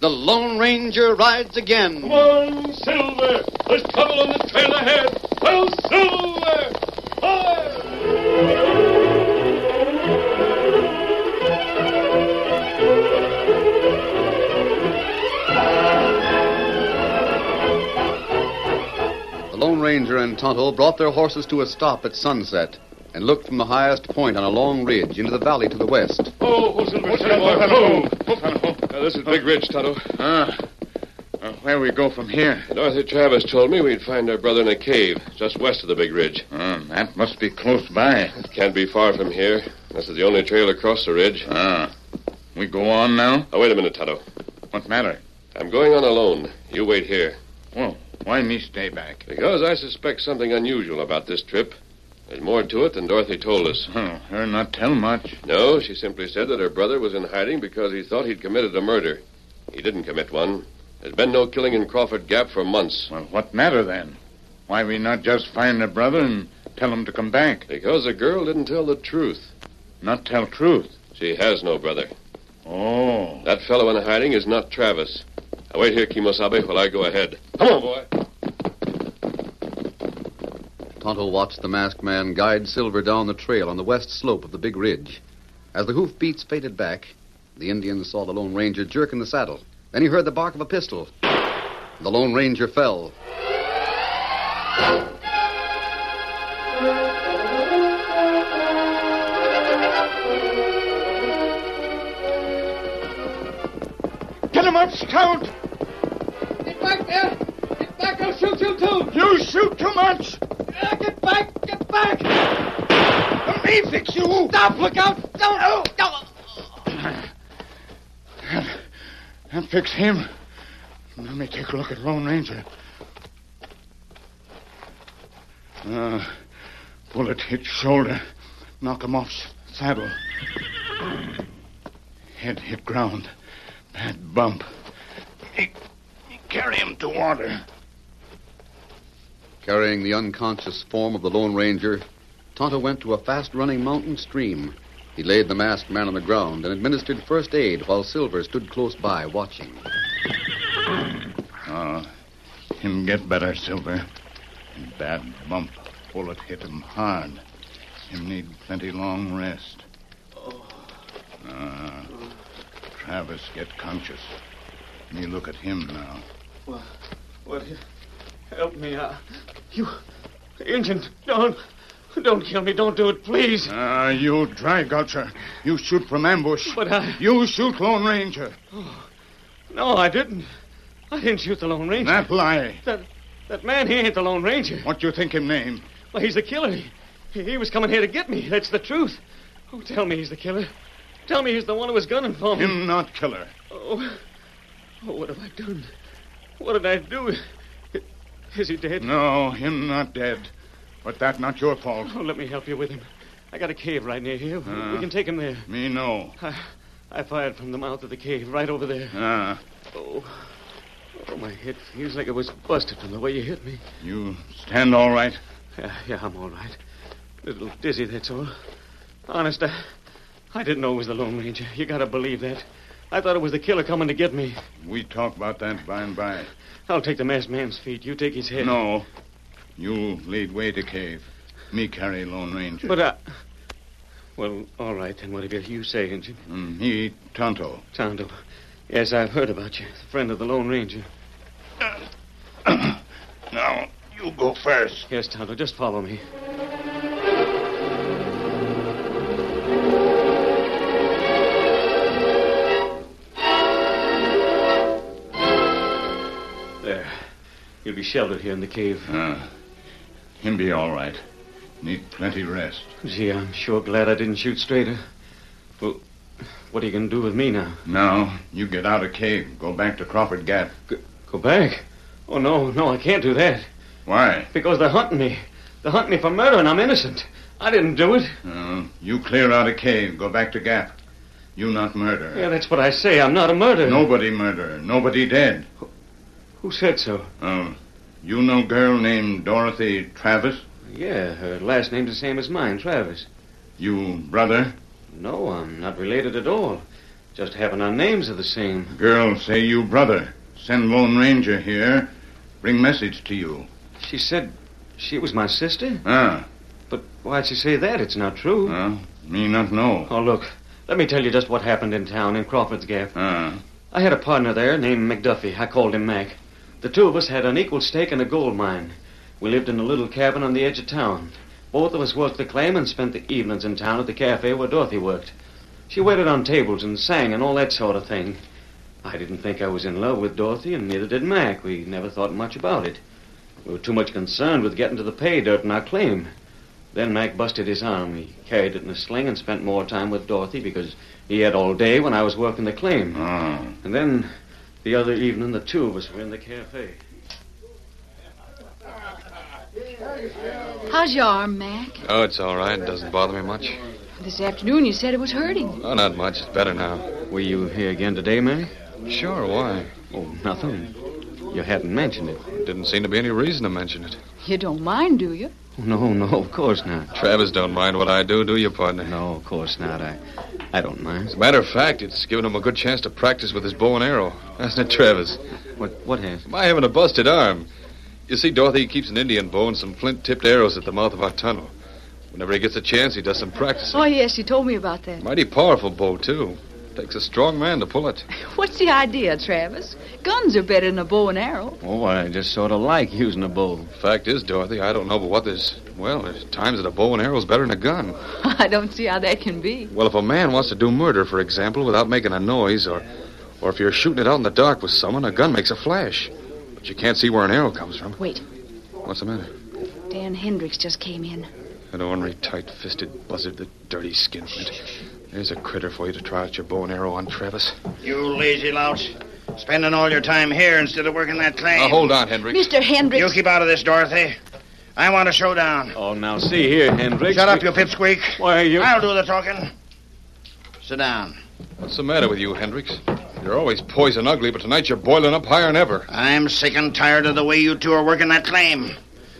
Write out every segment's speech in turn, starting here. The Lone Ranger rides again. Come on, Silver! There's trouble on the trail ahead! Oh, uh, Silver! Hi! The Lone Ranger and Tonto brought their horses to a stop at sunset and looked from the highest point on a long ridge into the valley to the west. Oh, oh, Silver! Silver! Oh, oh, Uh, this is Big Ridge, Tonto. Ah. Uh, where we go from here? Dorothy Travis told me we'd find our brother in a cave just west of the Big Ridge. Um, that must be close by. Can't be far from here. This is the only trail across the ridge. Ah. We go on now? Oh, wait a minute, Tonto. What matter? I'm going on alone. You wait here. Well, why me stay back? Because I suspect something unusual about this trip. There's more to it than Dorothy told us. Oh, her not tell much. No, she simply said that her brother was in hiding because he thought he'd committed a murder. He didn't commit one. There's been no killing in Crawford Gap for months. Well, what matter then? Why we not just find her brother and tell him to come back? Because the girl didn't tell the truth. Not tell truth. She has no brother. Oh. That fellow in hiding is not Travis. Now wait here, Kimosabe, while I go ahead. Come on, boy. Tonto watched the masked man guide Silver down the trail on the west slope of the big ridge. As the hoofbeats faded back, the Indian saw the Lone Ranger jerk in the saddle. Then he heard the bark of a pistol. The Lone Ranger fell. Get him up, Scout! Get back there! Get back! I'll shoot you too! You shoot too much! Ah, get back! Get back! Let me fix you! Stop! Look out! Don't! Oh, don't! That fix him. Let me take a look at Lone Ranger. Uh, bullet hit shoulder. Knock him off s- saddle. Head hit ground. Bad bump. Hey, carry him to water. Carrying the unconscious form of the Lone Ranger, Tonto went to a fast running mountain stream He laid the masked man on the ground and administered first aid while Silver stood close by watching. Ah, Oh, him get better, Silver. Bad bump. Bullet hit him hard. Him need plenty long rest. Ah, Travis get conscious. Me look at him now. Well, help me. Uh, you. Injun, don't. Don't kill me. Don't do it, please. Ah, you try, Goucher. You shoot from ambush. But I. You shoot Lone Ranger. No, I didn't. I didn't shoot the Lone Ranger. That lie. That, that man, he ain't the Lone Ranger. What you think him name? Well, he's the killer. He, he was coming here to get me. That's the truth. Oh, tell me he's the killer. Tell me he's the one who was gunning for me. Him not killer. Oh, oh what have I done? What did I do? Is he dead? No, him not dead. But that not your fault. Ah. Oh, let me help you with him. I got a cave right near here. we can take him there. Ah. Me no. I, I fired from the mouth of the cave, right over there. Ah, Oh, oh, my head feels like it was busted from the way you hit me. you stand all right. Yeah, yeah, I'm all right. Little dizzy, that's all. Honest, I, I didn't know it was the Lone Ranger. You gotta believe that. I thought it was the killer coming to get me. We talk about that by and by. I'll take the masked man's feet. You take his head. No, you lead way to cave. Me carry Lone Ranger. But I. Well, all right then, whatever you say, Injun. Mm, he Tonto. Tonto. Yes, I've heard about you. The friend of the Lone Ranger. Now you go first. Yes, Tonto, just follow me. There. You'll be sheltered here in the cave. Ah, him be all right. Need plenty rest. Gee, I'm sure glad I didn't shoot straighter. Well, what are you going to do with me now? Now you get out of cave. Go back to Crawford Gap. Go back? Oh, no, no, I can't do that. Why? Because they're hunting me. They're hunting me for murder, and I'm innocent. I didn't do it. Uh, you clear out of cave. Go back to Gap. You not murderer. Yeah, that's what I say. I'm not a murderer. Nobody murderer. Nobody dead. Who said so? Oh, you know girl named Dorothy Travis? Yeah, her last name's the same as mine, Travis. You brother? No, I'm not related at all. Just happen our names are the same. Girl say you brother. Send Lone Ranger here. Bring message to you. She said she was my sister? Ah, But why'd she say that? It's not true. well, me not know. Oh, look. Let me tell you just what happened in town in Crawford's Gap. Ah, I had a partner there named McDuffie. I called him Mac. The two of us had an equal stake in a gold mine. We lived in a little cabin on the edge of town. Both of us worked the claim and spent the evenings in town at the cafe where Dorothy worked. She waited on tables and sang and all that sort of thing. I didn't think I was in love with Dorothy, and neither did Mac. We never thought much about it. We were too much concerned with getting to the pay dirt in our claim. Then Mac busted his arm. He carried it in a sling and spent more time with Dorothy because he had all day when I was working the claim. ah. And then the other evening, the two of us were in the cafe. How's your arm, Mac? Oh, it's all right. It doesn't bother me much. This afternoon you said it was hurting. Oh, not much. It's better now. Were you here again today, Mac? Sure, why? Oh, nothing. You hadn't mentioned it. Didn't seem to be any reason to mention it. You don't mind, do you? Oh, No, no, of course not. Travis don't mind what I do, do you, partner? No, of course not. I, I don't mind. As a matter of fact, it's given him a good chance to practice with his bow and arrow. Hasn't it, Travis? What, what has? Am I having a busted arm? You see, Dorothy keeps an Indian bow and some flint-tipped arrows at the mouth of our tunnel. Whenever he gets a chance, he does some practicing. Oh, yes, you told me about that. Mighty powerful bow, too. Takes a strong man to pull it. What's the idea, Travis? Guns are better than a bow and arrow. Oh, I just sort of like using a bow. Fact is, Dorothy, I don't know but what there's... Well, there's times that a bow and arrow's better than a gun. I don't see how that can be. Well, if a man wants to do murder, for example, without making a noise, or, or if you're shooting it out in the dark with someone, a gun makes a flash. But you can't see where an arrow comes from. Wait, What's the matter? Dan Hendricks just came in. An ornery, tight-fisted buzzard, the dirty skinflint. There's a critter for you to try out your bow and arrow on, Travis. You lazy louse. Spending all your time here instead of working that claim. Now, hold on, Henry. Mr. You Hendricks. keep out of this, Dorothy. I want a showdown. Oh, now see here, Hendricks. Shut up, you pipsqueak. Why, you. I'll do the talking. Sit down. What's the matter with you, Hendricks? You're always poison ugly, but tonight you're boiling up higher than ever. I'm sick and tired of the way you two are working that claim.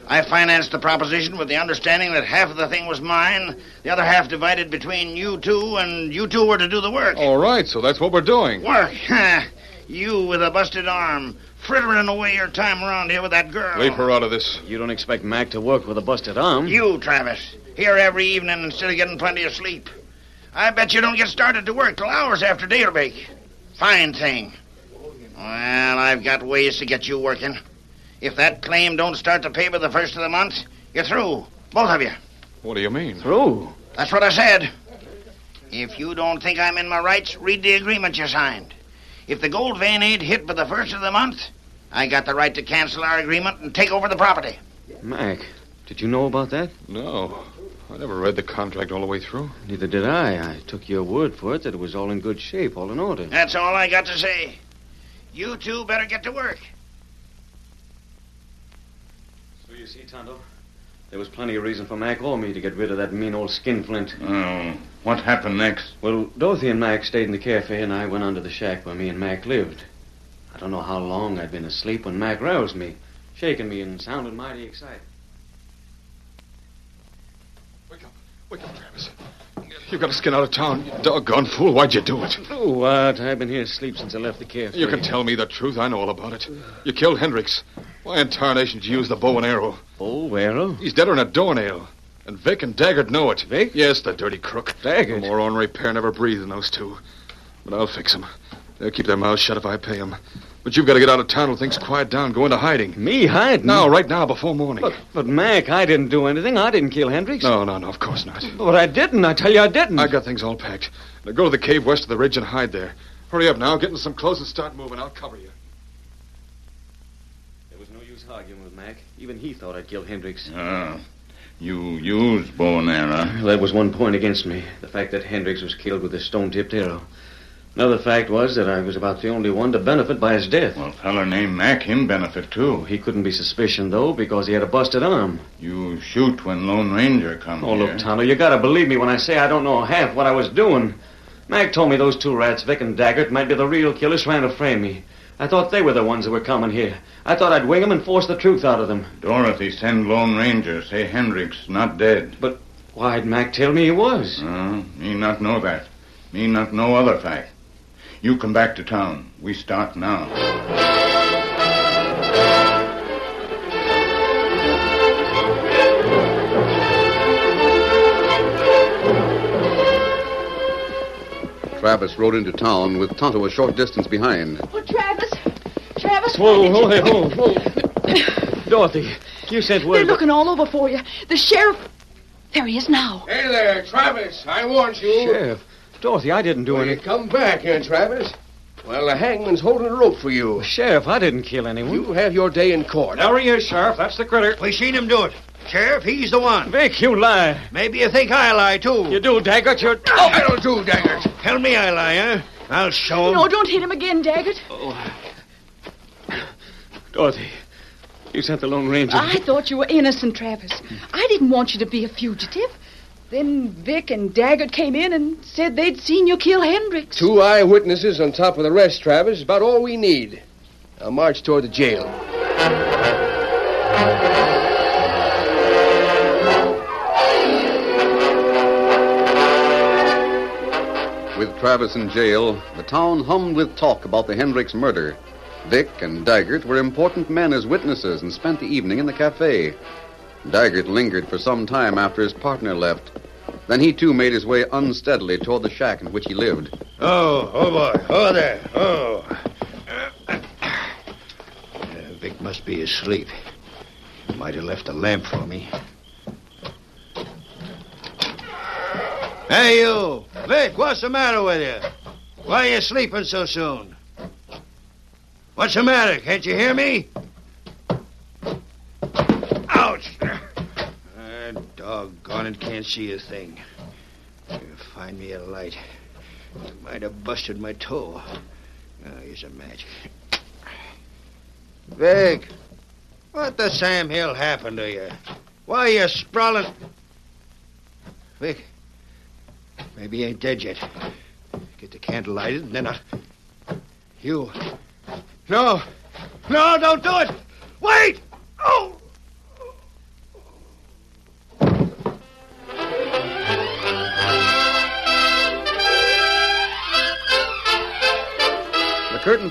I financed the proposition with the understanding that half of the thing was mine, the other half divided between you two, and you two were to do the work. All right, so that's what we're doing. Work? Huh. you with a busted arm, frittering away your time around here with that girl. Leave her out of this. You don't expect Mac to work with a busted arm. You, Travis, here every evening instead of getting plenty of sleep. I bet you don't get started to work till hours after daybreak. Fine thing. Well, I've got ways to get you working. If that claim don't start to pay by the first of the month, you're through. Both of you. What do you mean? Through. That's what I said. If you don't think I'm in my rights, read the agreement you signed. If the gold vein ain't hit by the first of the month, I got the right to cancel our agreement and take over the property. Mac, did you know about that? No. I never read the contract all the way through. Neither did I. I took your word for it that it was all in good shape, all in order. That's all I got to say. You two better get to work. So you see, Tonto, there was plenty of reason for Mac or me to get rid of that mean old skinflint. Oh, what happened next? Well, Dorothy and Mac stayed in the cafe, and I went on to the shack where me and Mac lived. I don't know how long I'd been asleep when Mac roused me, shaking me and sounded mighty excited. Wake up, Travis. You got to skin out of town. You doggone fool, why'd you do it? Oh, what? I've been here asleep since I left the cafe. You can tell me the truth. I know all about it. You killed Hendricks. Why in tarnation did you use the bow and arrow? Oh, well. He's deader than a doornail. And Vic and Daggett know it. Vic? Yes, the dirty crook. Daggett? The moron repair never breathed in those two. But I'll fix them. They'll keep their mouths shut if I pay them. But you've got to get out of town till things quiet down. Go into hiding. Me hiding? Now, right now, before morning. But, but Mac, I didn't do anything. I didn't kill Hendricks. No, no, no, of course not. But I didn't. I tell you, I didn't. I got things all packed. Now go to the cave west of the ridge and hide there. Hurry up now. Get in some clothes and start moving. I'll cover you. There was no use arguing with Mac. Even he thought I'd killed Hendricks. Oh, you used bow and arrow. Well, that was one point against me. The fact that Hendricks was killed with a stone-tipped arrow. Another fact was that I was about the only one to benefit by his death. Oh, Well, feller named Mac, him benefit too. He couldn't be suspicioned, though, because he had a busted arm. You shoot when Lone Ranger comes. Oh, look, Tonto, you gotta believe me when I say I don't know half what I was doing. Mac told me those two rats, Vic and Daggett, might be the real killers trying to frame me. I thought they were the ones that were coming here. I thought I'd wing 'em and force the truth out of them. Dorothy send Lone Ranger. Say Hendricks not dead. But why'd Mac tell me he was? Uh, me not know that. Me not know other fact. You come back to town. We start now. Travis rode into town with Tonto a short distance behind. Oh, Travis. Travis, Whoa, why did whoa, you... hey, whoa, whoa. Dorothy, you sent They're word. looking all over for you. The sheriff. There he is now. Hey there, Travis. I warned you. Sheriff, Dorothy, I didn't do Will you anything. come back here, Travis? Well, the hangman's holding a rope for you. Sheriff, I didn't kill anyone. You have your day in court. There he is, Sheriff. That's the critter. We seen him do it. Sheriff, he's the one. Vic, you lie. Maybe you think I lie, too. You do, Daggett. You're. Oh, that'll do, Daggett. Tell me I lie, huh? I'll show him. um, Oh. No, don't hit him again, Daggett. Dorothy, Oh, you sent the Lone Ranger. I thought you were innocent, Travis. I didn't want you to be a fugitive. Then Vic and Daggett came in and said they'd seen you kill Hendricks. Two eyewitnesses on top of the rest, Travis, is about all we need. Now march toward the jail. With Travis in jail, the town hummed with talk about the Hendricks murder. Vic and Daggett were important men as witnesses and spent the evening in the cafe. Daggett lingered for some time after his partner left. Then he too made his way unsteadily toward the shack in which he lived. Oh, oh, boy. Oh, there. Oh. Uh, Vic must be asleep. Might have left a lamp for me. Hey, you. Vic, what's the matter with you? Why are you sleeping so soon? What's the matter? Can't you hear me? Ouch. Uh, doggone it, can't see a thing. Find me a light. Might have busted my toe. Now, here's a match. Vic, what the Sam Hill happened to you? Why you sprawling? Vic, maybe he ain't dead yet. Get the candle lighted, and then I'll... You. No. No, don't do it. Wait! Oh! curtain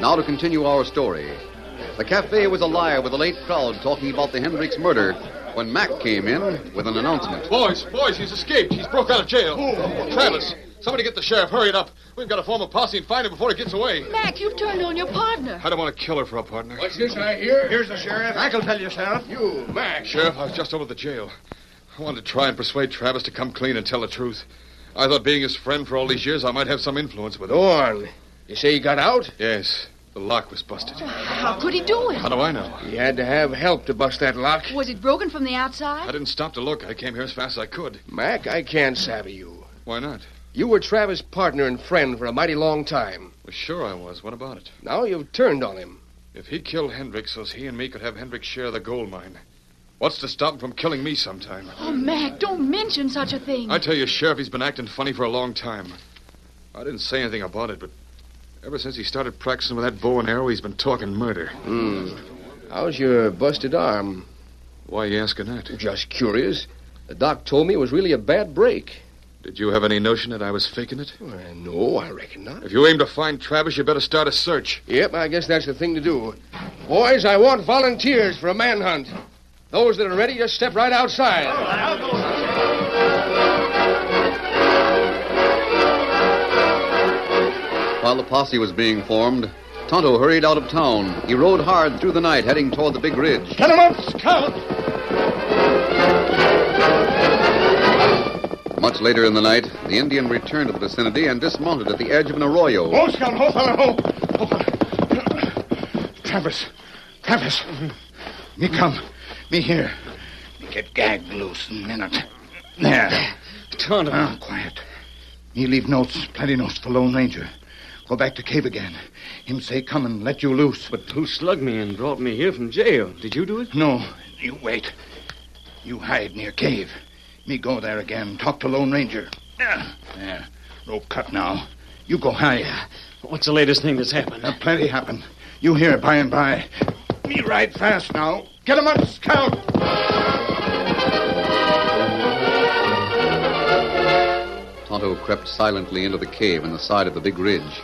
Now to continue our story. The cafe was alive with a late crowd talking about the Hendricks murder when Mac came in with an announcement. Boys, boys, he's escaped. He's broke out of jail. Travis, somebody get the sheriff. Hurry it up. We've got to form a posse and find him before he gets away. Mac, you've turned on your partner. I don't want to kill her for a partner. What's this I hear? Here's the sheriff. I can tell you, sheriff. You, Mac. Sheriff, I was just over at the jail. I wanted to try and persuade Travis to come clean and tell the truth. I thought being his friend for all these years, I might have some influence with him. Go on. You say he got out? Yes. The lock was busted. How could he do How it? do I know? He had to have help to bust that lock. Was it broken from the outside? I didn't stop to look. I came here as fast as I could. Mac, I can't savvy you. Why not? You were Travis' partner and friend for a mighty long time. Well, sure I was. What about it? Now you've turned on him. If he killed Hendricks, so's he and me could have Hendricks share the gold mine. What's to stop him from killing me sometime? Oh, Mac, don't mention such a thing. I tell you, Sheriff, he's been acting funny for a long time. I didn't say anything about it, but ever since he started practicing with that bow and arrow, he's been talking murder. Hmm. How's your busted arm? Why are you asking that? Just curious. The doc told me it was really a bad break. Did you have any notion that I was faking it? Well, no, I reckon not. If you aim to find Travis, you better start a search. Yep, I guess that's the thing to do. Boys, I want volunteers for a manhunt. Those that are ready, just step right outside. While the posse was being formed, Tonto hurried out of town. He rode hard through the night, heading toward the big ridge. Get 'em up, scout! Much later in the night, the Indian returned to the vicinity and dismounted at the edge of an arroyo. scout, ho, fella, ho! Travis, Travis, me come, me here. Get gagged loose in a minute. There. Tonto. Ah, quiet. Me leave notes, plenty notes for Lone Ranger. Go back to cave again. Him say come and let you loose. But Who slugged me and brought me here from jail? Did you do it? no, you wait. You hide near cave. Me go there again. Talk to Lone Ranger. Yeah. There. Rope cut now. You go higher. What's the latest thing that's happened? Now plenty happen. You hear by and by. Me ride fast now. Get him up, scout. Tonto crept silently into the cave in the side of the big ridge.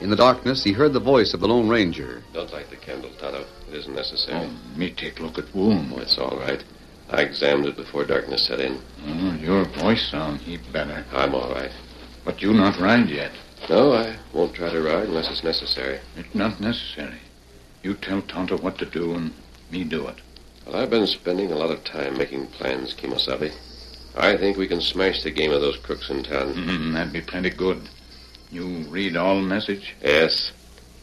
In the darkness, he heard the voice of the Lone Ranger. Don't light the candle, Tonto. It isn't necessary. Oh, Me take look at wound. Oh, it's all right. I examined it before darkness set in. Mm, your voice sound heap better. I'm all right. But you not ride yet. No, I won't try to ride unless it's necessary. It not necessary. You tell Tonto what to do and me do it. Well, I've been spending a lot of time making plans, Kimosabe. I think we can smash the game of those crooks in town. Mm, that'd be plenty good. You read all message? Yes.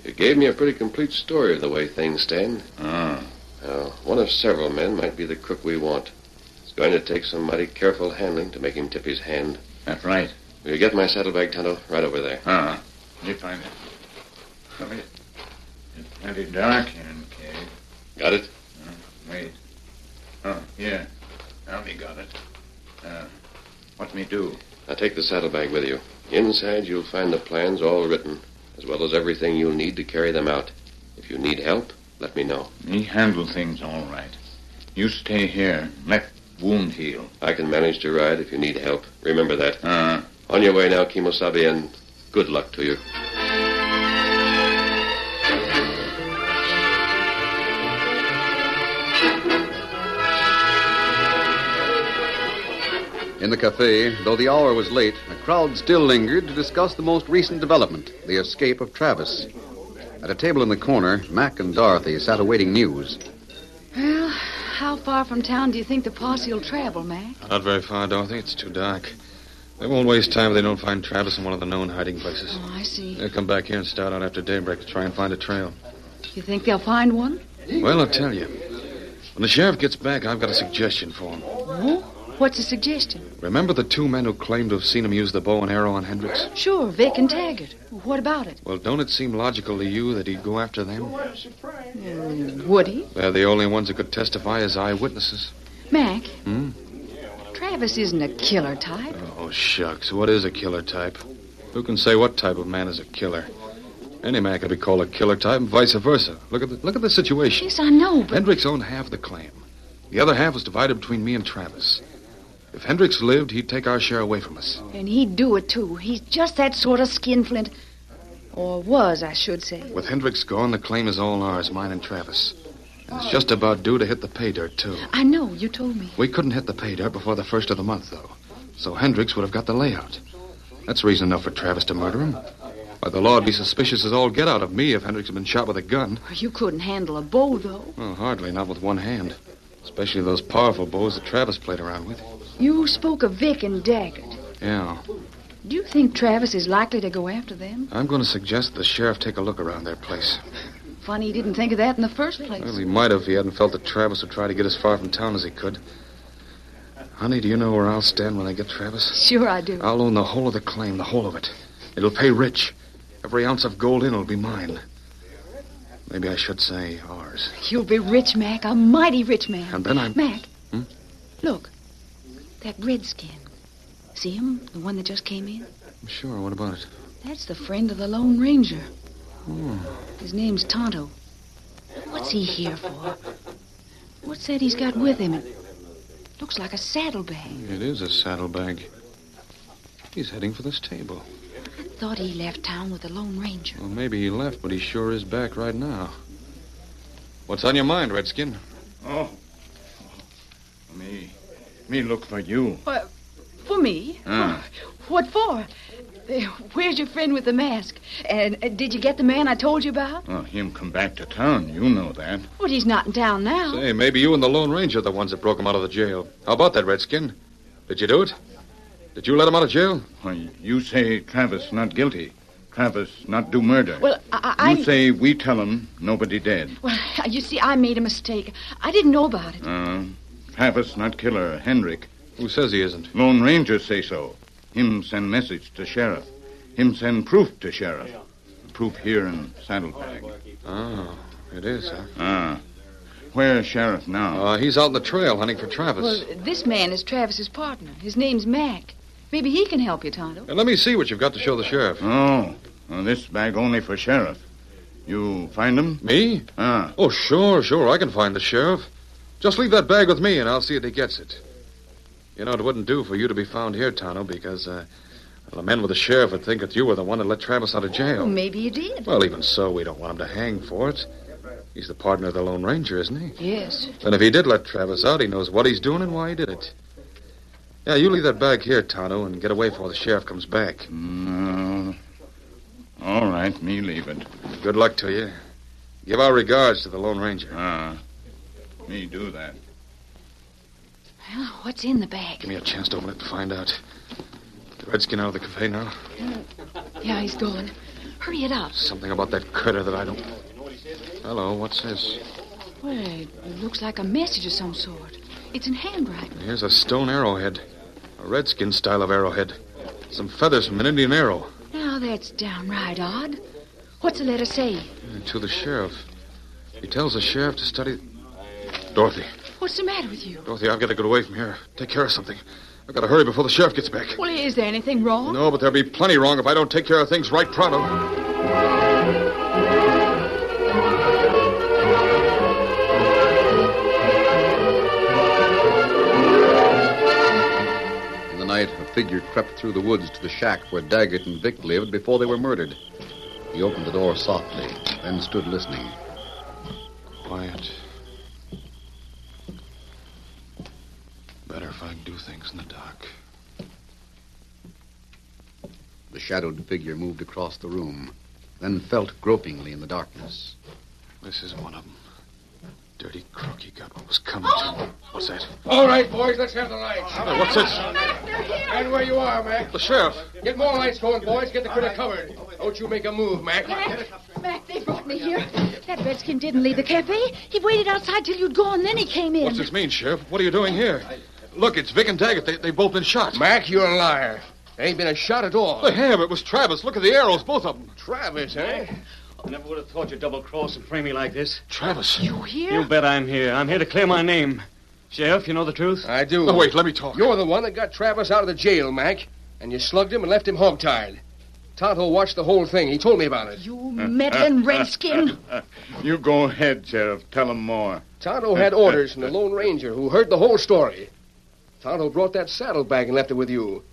You gave me a pretty complete story of the way things stand. Ah. Now, one of several men might be the crook we want. It's going to take some mighty careful handling to make him tip his hand. That right. Will you get my saddlebag, Tonto? Right over there. Ah. Let me find it. Hurry. It's plenty dark here in the cave. Got it? Wait. Oh, here. Now me got it. Uh, what me do? Now take the saddlebag with you. Inside, you'll find the plans all written, as well as everything you'll need to carry them out. If you need help, let me know. Me handle things all right. You stay here. Let wound heal. I can manage to ride if you need help. Remember that. Ah. On your way now, Kimosabe, and good luck to you. In the cafe, though the hour was late, a crowd still lingered to discuss the most recent development the escape of Travis. At a table in the corner, Mac and Dorothy sat awaiting news. Well, how far from town do you think the posse will travel, Mac? Not very far, Dorothy. It's too dark. They won't waste time if they don't find Travis in one of the known hiding places. Oh, I see. They'll come back here and start out after daybreak to try and find a trail. You think they'll find one? Well, I'll tell you. When the sheriff gets back, I've got a suggestion for him. Oh? What's the suggestion? Remember the two men who claimed to have seen him use the bow and arrow on Hendricks? Sure, Vic and Taggart. What about it? Well, don't it seem logical to you that he'd go after them? Hmm, Would he? They're the only ones who could testify as eyewitnesses. Mac, Hmm? Travis isn't a killer type. Oh, shucks. What is a killer type? Who can say what type of man is a killer? Any man could be called a killer type and vice versa. Look at the, look at the situation. Yes, I know, but Hendricks owned half the claim. The other half was divided between me and Travis. If Hendricks lived, he'd take our share away from us. and he'd do it too. He's just that sort of skinflint, or was I should say. With Hendricks gone, the claim is all ours, mine and Travis. And it's just about due to hit the pay dirt, too. I know you told me. We couldn't hit the pay dirt before the first of the month, though. So Hendricks would have got the layout. That's reason enough for Travis to murder him. Why, the law'd be suspicious as all get out of me if Hendricks had been shot with a gun. You couldn't handle a bow though. Well, hardly, not with one hand. Especially those powerful bows that Travis played around with. You spoke of Vic and Daggett. Yeah. Do you think Travis is likely to go after them? I'm going to suggest the sheriff take a look around their place. Funny he didn't think of that in the first place. Well, he might have if he hadn't felt that Travis would try to get as far from town as he could. Honey, do you know where I'll stand when I get Travis? Sure, I do. I'll own the whole of the claim, the whole of it. It'll pay rich. Every ounce of gold in it will be mine. Maybe I should say ours. You'll be rich, Mac, a mighty rich man. And then I'm. Mac, Hmm? look. That redskin. See him? The one that just came in? Sure, what about it? That's the friend of the Lone Ranger. Oh, His name's Tonto. What's he here for? What's that he's got with him? It looks like a saddlebag. it is a saddlebag. He's heading for this table. Thought he left town with the Lone Ranger. Well, maybe he left, but he sure is back right now. What's on your mind, Redskin? Oh. Me. Me look for you. For me? Ah. What for? There, Where's your friend with the mask? And uh, did you get the man I told you about? Well, him come back to town. You know that. Well, he's not in town now. Say, maybe you and the Lone Ranger are the ones that broke him out of the jail. How about that, Redskin? Did you do it? Did you let him out of jail? Why, you say Travis not guilty. Travis not do murder. Well, I. I you say we tell him nobody dead. Well, you see, I made a mistake. I didn't know about it. Uh, Travis not killer, Henrik. Who says he isn't? Lone Ranger say so. Him send message to sheriff. Him send proof to sheriff. Proof here in saddlebag. Oh, it is, huh? Ah. Where sheriff now? Uh, he's out on the trail hunting for Travis. Well, this man is Travis's partner. His name's Mac. Maybe he can help you, Tonto. Now, let me see what you've got to show the sheriff. Oh. Well, this bag only for sheriff. You find him? Me? Ah. Oh, sure, sure. I can find the sheriff. Just leave that bag with me, and I'll see that he gets it. You know, it wouldn't do for you to be found here, Tano, because uh, well, the men with the sheriff would think that you were the one that let Travis out of Well, jail. maybe you did. Well, even so, we don't want him to hang for it. He's the partner of the Lone Ranger, isn't he? Yes. And if he did let Travis out, he knows what he's doing and why he did it. Yeah, you leave that bag here, Tonto, and get away before the sheriff comes back. No. Mm, All right, me leave it. Good luck to you. Give our regards to the Lone Ranger. Ah. Me do that. Well, what's in the bag? Give me a chance to open it and find out. The redskin out of the cafe now. Yeah, he's going. Hurry it up. Something about that critter that I don't. Hello, what's this? Well, it looks like a message of some sort. It's in handwriting. Here's a stone arrowhead. A redskin style of arrowhead. Some feathers from an Indian arrow. Now that's downright odd. What's the letter say? And To the sheriff. He tells the sheriff to study. Dorothy. What's the matter with you? Dorothy, I've got to get away from here. Take care of something. I've got to hurry before the sheriff gets back. Well, is there anything wrong? No, but there'll be plenty wrong if I don't take care of things right pronto. In the night, a figure crept through the woods to the shack where Daggett and Vic lived before they were murdered. He opened the door softly, then stood listening. Quiet. Better if I do things in the dark. The shadowed figure moved across the room, then felt gropingly in the darkness. This is one of them. Dirty crook he got what was coming to him. What's that? All right, boys, let's have the lights. Now, what's this? Stand where you are, Mac. The sheriff. Get more lights going, boys. Get the critter covered. Don't you make a move, Mac. Mac, Mac, they brought me here. That redskin didn't leave the cafe. He waited outside till you'd gone, then he came in. What's this mean, Sheriff? What are you doing here? Look, it's Vic and Daggett. They, they've both been shot. Mac, you're a liar. There ain't been a shot at all. They have. It was Travis. Look at the arrows, both of them. Travis, eh? I never would have thought you'd double cross and frame me like this. Travis. You here? You bet I'm here. I'm here to clear my name. Sheriff, you know the truth? I do. No, wait, let me talk. You're the one that got Travis out of the jail, Mac, and you slugged him and left him hogtied. Tonto watched the whole thing. He told me about it. You Uh, meddling redskin. You go ahead, Sheriff. Tell him more. Tonto had orders from the Lone Ranger, who heard the whole story. Tonto brought that saddlebag and left it with you.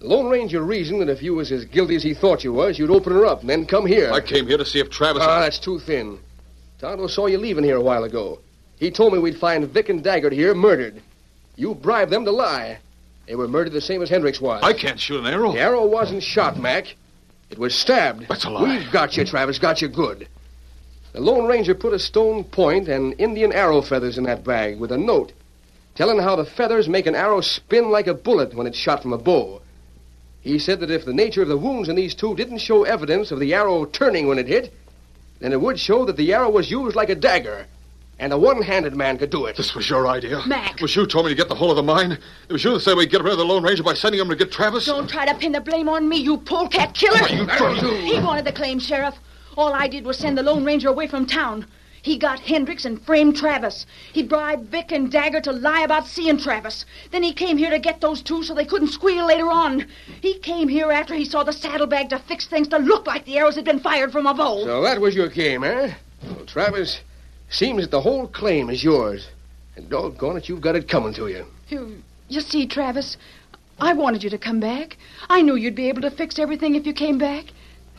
The Lone Ranger reasoned that if you was as guilty as he thought you was, you'd open her up and then come here. I came here to see if Travis. Ah, that's too thin. Tonto saw you leaving here a while ago. He told me we'd find Vic and Daggett here murdered. You bribed them to lie. They were murdered the same as Hendricks was. I can't shoot an arrow. The arrow wasn't shot, Mac. It was stabbed. That's a lie. We've got you, Travis. Got you good. The Lone Ranger put a stone point and Indian arrow feathers in that bag with a note telling how the feathers make an arrow spin like a bullet when it's shot from a bow. He said that if the nature of the wounds in these two didn't show evidence of the arrow turning when it hit, then it would show that the arrow was used like a dagger, and a one handed man could do it. This was your idea. Mac. It was you told me to get the whole of the mine. It was you that said we'd get rid of the Lone Ranger by sending him to get Travis. Don't try to pin the blame on me, you polecat killer. you dirty- He wanted the claim, Sheriff. All I did was send the Lone Ranger away from town. He got Hendricks and framed Travis. He bribed Vic and Dagger to lie about seeing Travis. Then he came here to get those two so they couldn't squeal later on. He came here after he saw the saddlebag to fix things to look like the arrows had been fired from a bow. So that was your game, eh? Well, Travis, seems that the whole claim is yours. And doggone it, you've got it coming to you. You, you see, Travis, I wanted you to come back. I knew you'd be able to fix everything if you came back.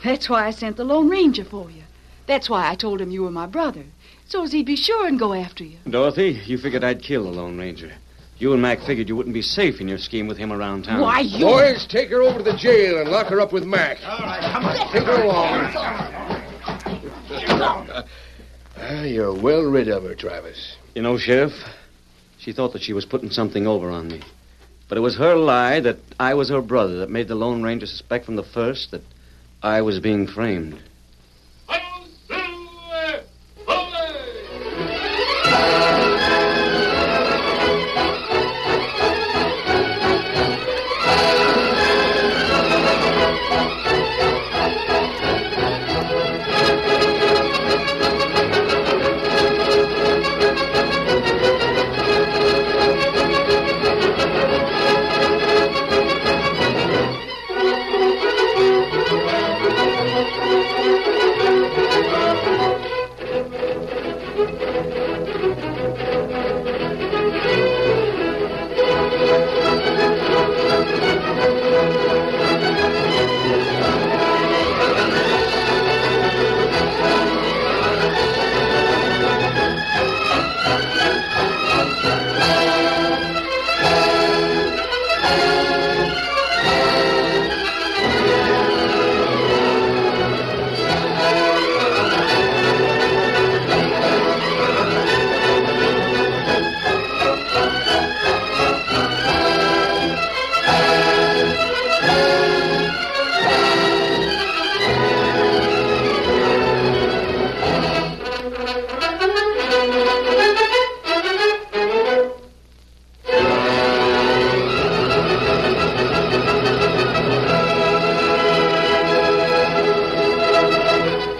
That's why I sent the Lone Ranger for you. That's why I told him you were my brother, so as he'd be sure and go after you. Dorothy, you figured I'd kill the Lone Ranger. You and Mac figured you wouldn't be safe in your scheme with him around town. Why, you. Boys, take her over to the jail and lock her up with Mac. All right, come on. Take her along. Ah, you're well rid of her, Travis. You know, Sheriff, she thought that she was putting something over on me. But it was her lie that I was her brother that made the Lone Ranger suspect from the first that I was being framed.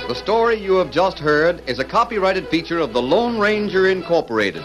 The story you have just heard is a copyrighted feature of the Lone Ranger Incorporated.